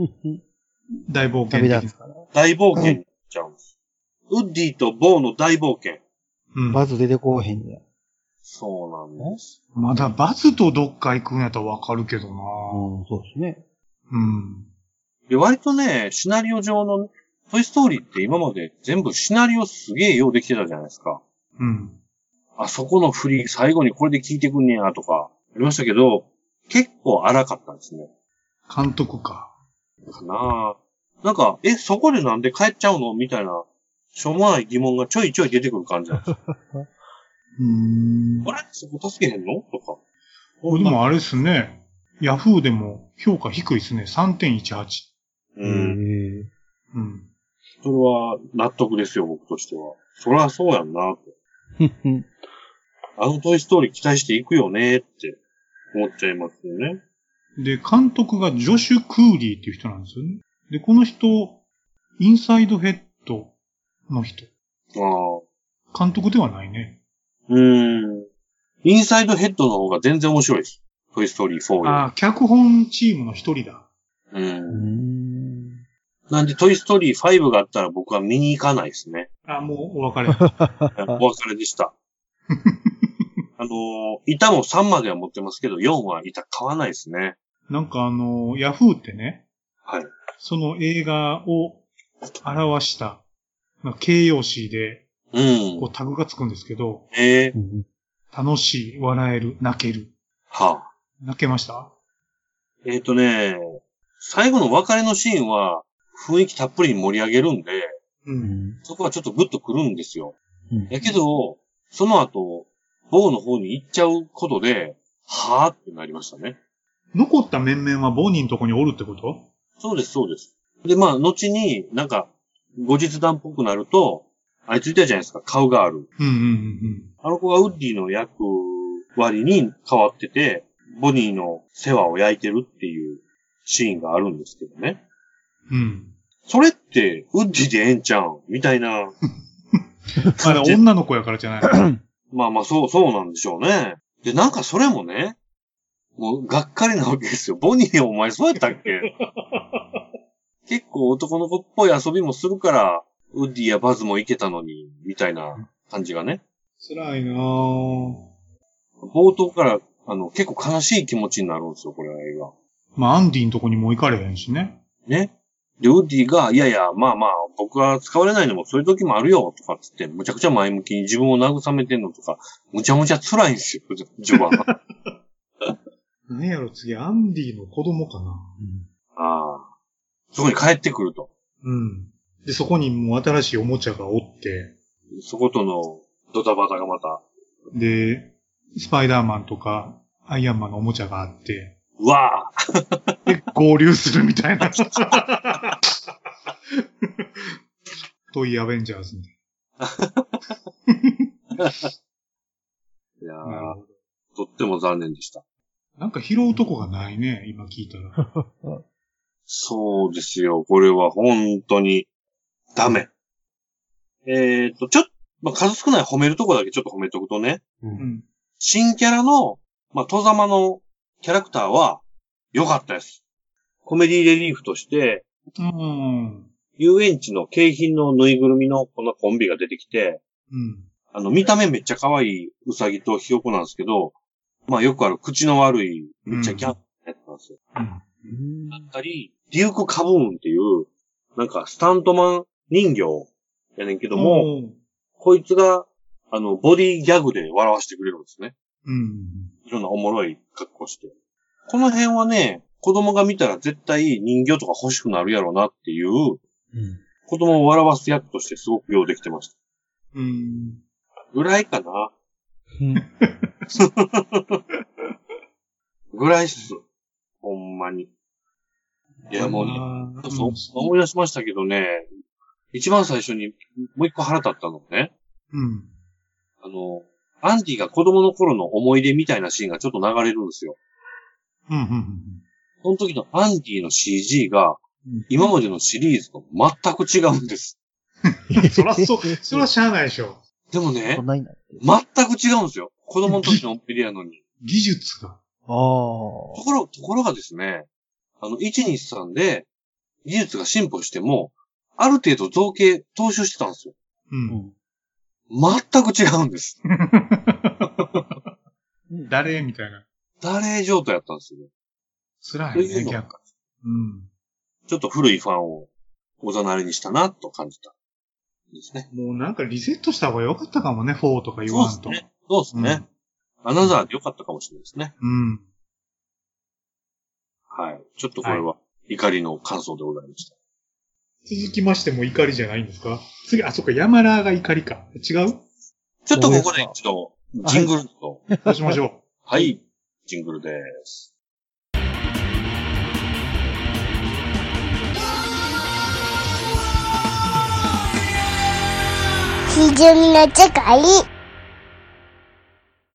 B: 大冒険
C: 旅
B: 的
C: 立
B: な
C: つ。から。
A: 大冒険になっちゃうんです。ウッディとボーの大冒険。
B: うん。
C: バズ出てこうへんや。
A: そうなんです。
B: まだバズとどっか行くんやったらわかるけどな
C: うん、そうですね。
B: うん。
A: で割とね、シナリオ上の、トイストーリーって今まで全部シナリオすげえようできてたじゃないですか。
B: うん。
A: あそこの振り最後にこれで聞いてくんねやとか、ありましたけど、結構荒かったんですね。
B: 監督か。
A: かなぁ。なんか、え、そこでなんで帰っちゃうのみたいな、しょうもない疑問がちょいちょい出てくる感じなんですよ。
B: うーん。
A: あれそこ助けへんのとか。
B: おでもあれですね。ヤフーでも評価低いですね。3.18。
A: うん。
D: ええ
B: うん。
A: それは納得ですよ、僕としては。そりゃそうやんなと。
D: ふんふん
A: あのトイストーリー期待していくよねって思っちゃいますよね。
B: で、監督がジョシュ・クーリーっていう人なんですよね。で、この人、インサイドヘッドの人。
A: ああ。
B: 監督ではないね。
A: うん。インサイドヘッドの方が全然面白いです。トイストーリー4より。
B: ああ、脚本チームの一人だ。
A: うん
D: う。ん。
A: なんで、トイストーリー5があったら僕は見に行かないですね。
B: あもうお別れ。
A: お別れでした。あのー、板も3までは持ってますけど、4は板買わないですね。
B: (laughs) なんかあの、ヤフーってね、
A: はい。
B: その映画を表した、まあ形容詞で、
A: うん
B: こ。うタグがつくんですけど、
A: ええ
D: うん
B: 楽しい、笑える、泣ける。
A: はあ、
B: 泣けました
A: えっ、とね、最後の別れのシーンは、雰囲気たっぷりに盛り上げるんで、
B: う
D: う。ん
A: そこはちょっとグッとくるんですよ。
D: うん
A: やけど、その後、棒の方に行っちゃうことで、はぁってなりましたね。
B: 残った面々はボニーのとこにおるってこと
A: そうです、そうです。で、まあ、後になんか、後日談っぽくなると、あいついたじゃないですか、顔がある。
B: うんうんうん
A: あの子がウッディの役割に変わってて、ボニーの世話を焼いてるっていうシーンがあるんですけどね。
B: うん。 (laughs) うん。
A: それって、ウッディでええんちゃうんみたいな。
B: まだ女の子やからじゃ (laughs) ないの。
A: まあまあ、そう、そうなんでしょうね。で、なんかそれもね、もう、がっかりなわけですよ。ボニー、お前そうやったっけ結構男の子っぽい遊びもするから、ウッディやバズもいけたのに、みたいな感じがね。
B: 辛いなぁ。
A: 冒頭から、あの、結構悲しい気持ちになるんですよ、これ映画。
B: まあ、アンディのとこにも行かれへんしね。
A: ね。で、ウッディが、いやいや、まあまあ、僕は使われないのもそういう時もあるよ、とかっつって、むちゃくちゃ前向きに自分を慰めてんのとか、むちゃむちゃ辛いんですよ、序盤。あ
B: なんやろ、次、アンディの子供かな。
A: あ。そこに帰ってくると。
B: うん。で、そこにもう新しいおもちゃがおって、
A: そことのドタバタがまた、
B: で、スパイダーマンとか、アイアンマンのおもちゃがあって、
A: うわあ
B: で、合流するみたいな。トイアベンジャーズに。
A: いやー
B: なるほ
A: とっても残念でした。
B: なんか拾うとこがないね、今聞いたら。
A: そうですよ、これは本当に、ダメ。えっ、と、ちょっと、まあ、数少ない褒めるとこだけちょっと褒めておくとね。
B: うん。
A: 新キャラの、まあ、戸様のキャラクターは良かったです。コメディレリーフとして、
B: うん。
A: 遊園地の景品のぬいぐるみのこのコンビが出てきて、
B: うん。
A: あの、見た目めっちゃ可愛いウサギとヒヨコなんですけど、まあよくある口の悪い、めっちゃギャンやったんですよ。
B: うん
A: だったり、デュークカブーンっていう、なんかスタントマン人形やねんけども、こいつが、あの、ボディギャグで笑わせてくれるんですね。
B: うん。
A: いろんなおもろい格好して。この辺はね、子供が見たら絶対人形とか欲しくなるやろうなっていう、
D: うん
A: 子供を笑わす役としてすごく用できてました。
B: うん。
A: ぐらいかな
D: うん
A: ぐらいっす。ほんまに。いや、もうね、
B: ね
A: そう、思い出しましたけどね、一番最初にもう一個腹立ったのね、
B: うん。
A: あの、アンディが子供の頃の思い出みたいなシーンがちょっと流れるんですよ。
B: うん。うん。
A: その時のアンディの CG が
B: うん、
A: 今までのシリーズと全く違うんです。
B: そらそう、そらしゃあないでしょ。
A: でもね
C: そん、なにない。
A: 全く違うんですよ。子供の時の思い出やのに。
B: 技術が。
C: あ
A: と
C: あ。
A: ころ、ところがですね、あの、123で技術が進歩しても、ある程度造形、踏襲してたんですよ。
B: うん。
A: 全く違うんです。
B: 誰みたいな。
A: 誰状態やったんですよね。
B: 辛
A: と
B: い
A: いう
B: ね、
A: の
B: 逆に。うん。
A: ちょっと古いファンをおざなりにしたな、と感じた。ですね。
B: もうなんかリセットした方が良かったかもね、4とか言
A: そう
B: わ
A: で
B: ん
A: す
B: と。
A: ね。そうですね。アナザーで良かったかもしれないですね。
B: うん。うん。
A: はい。ちょっとこれは怒りの感想でございました。
B: 続きましても怒りじゃないんですか次、あ、そっか、山ラーが怒りか。違う
A: ちょっとここで一度、
C: か
A: ジングルと。
B: どうしましょ
A: はい。ジングルです。
E: ひじゅみのちかり。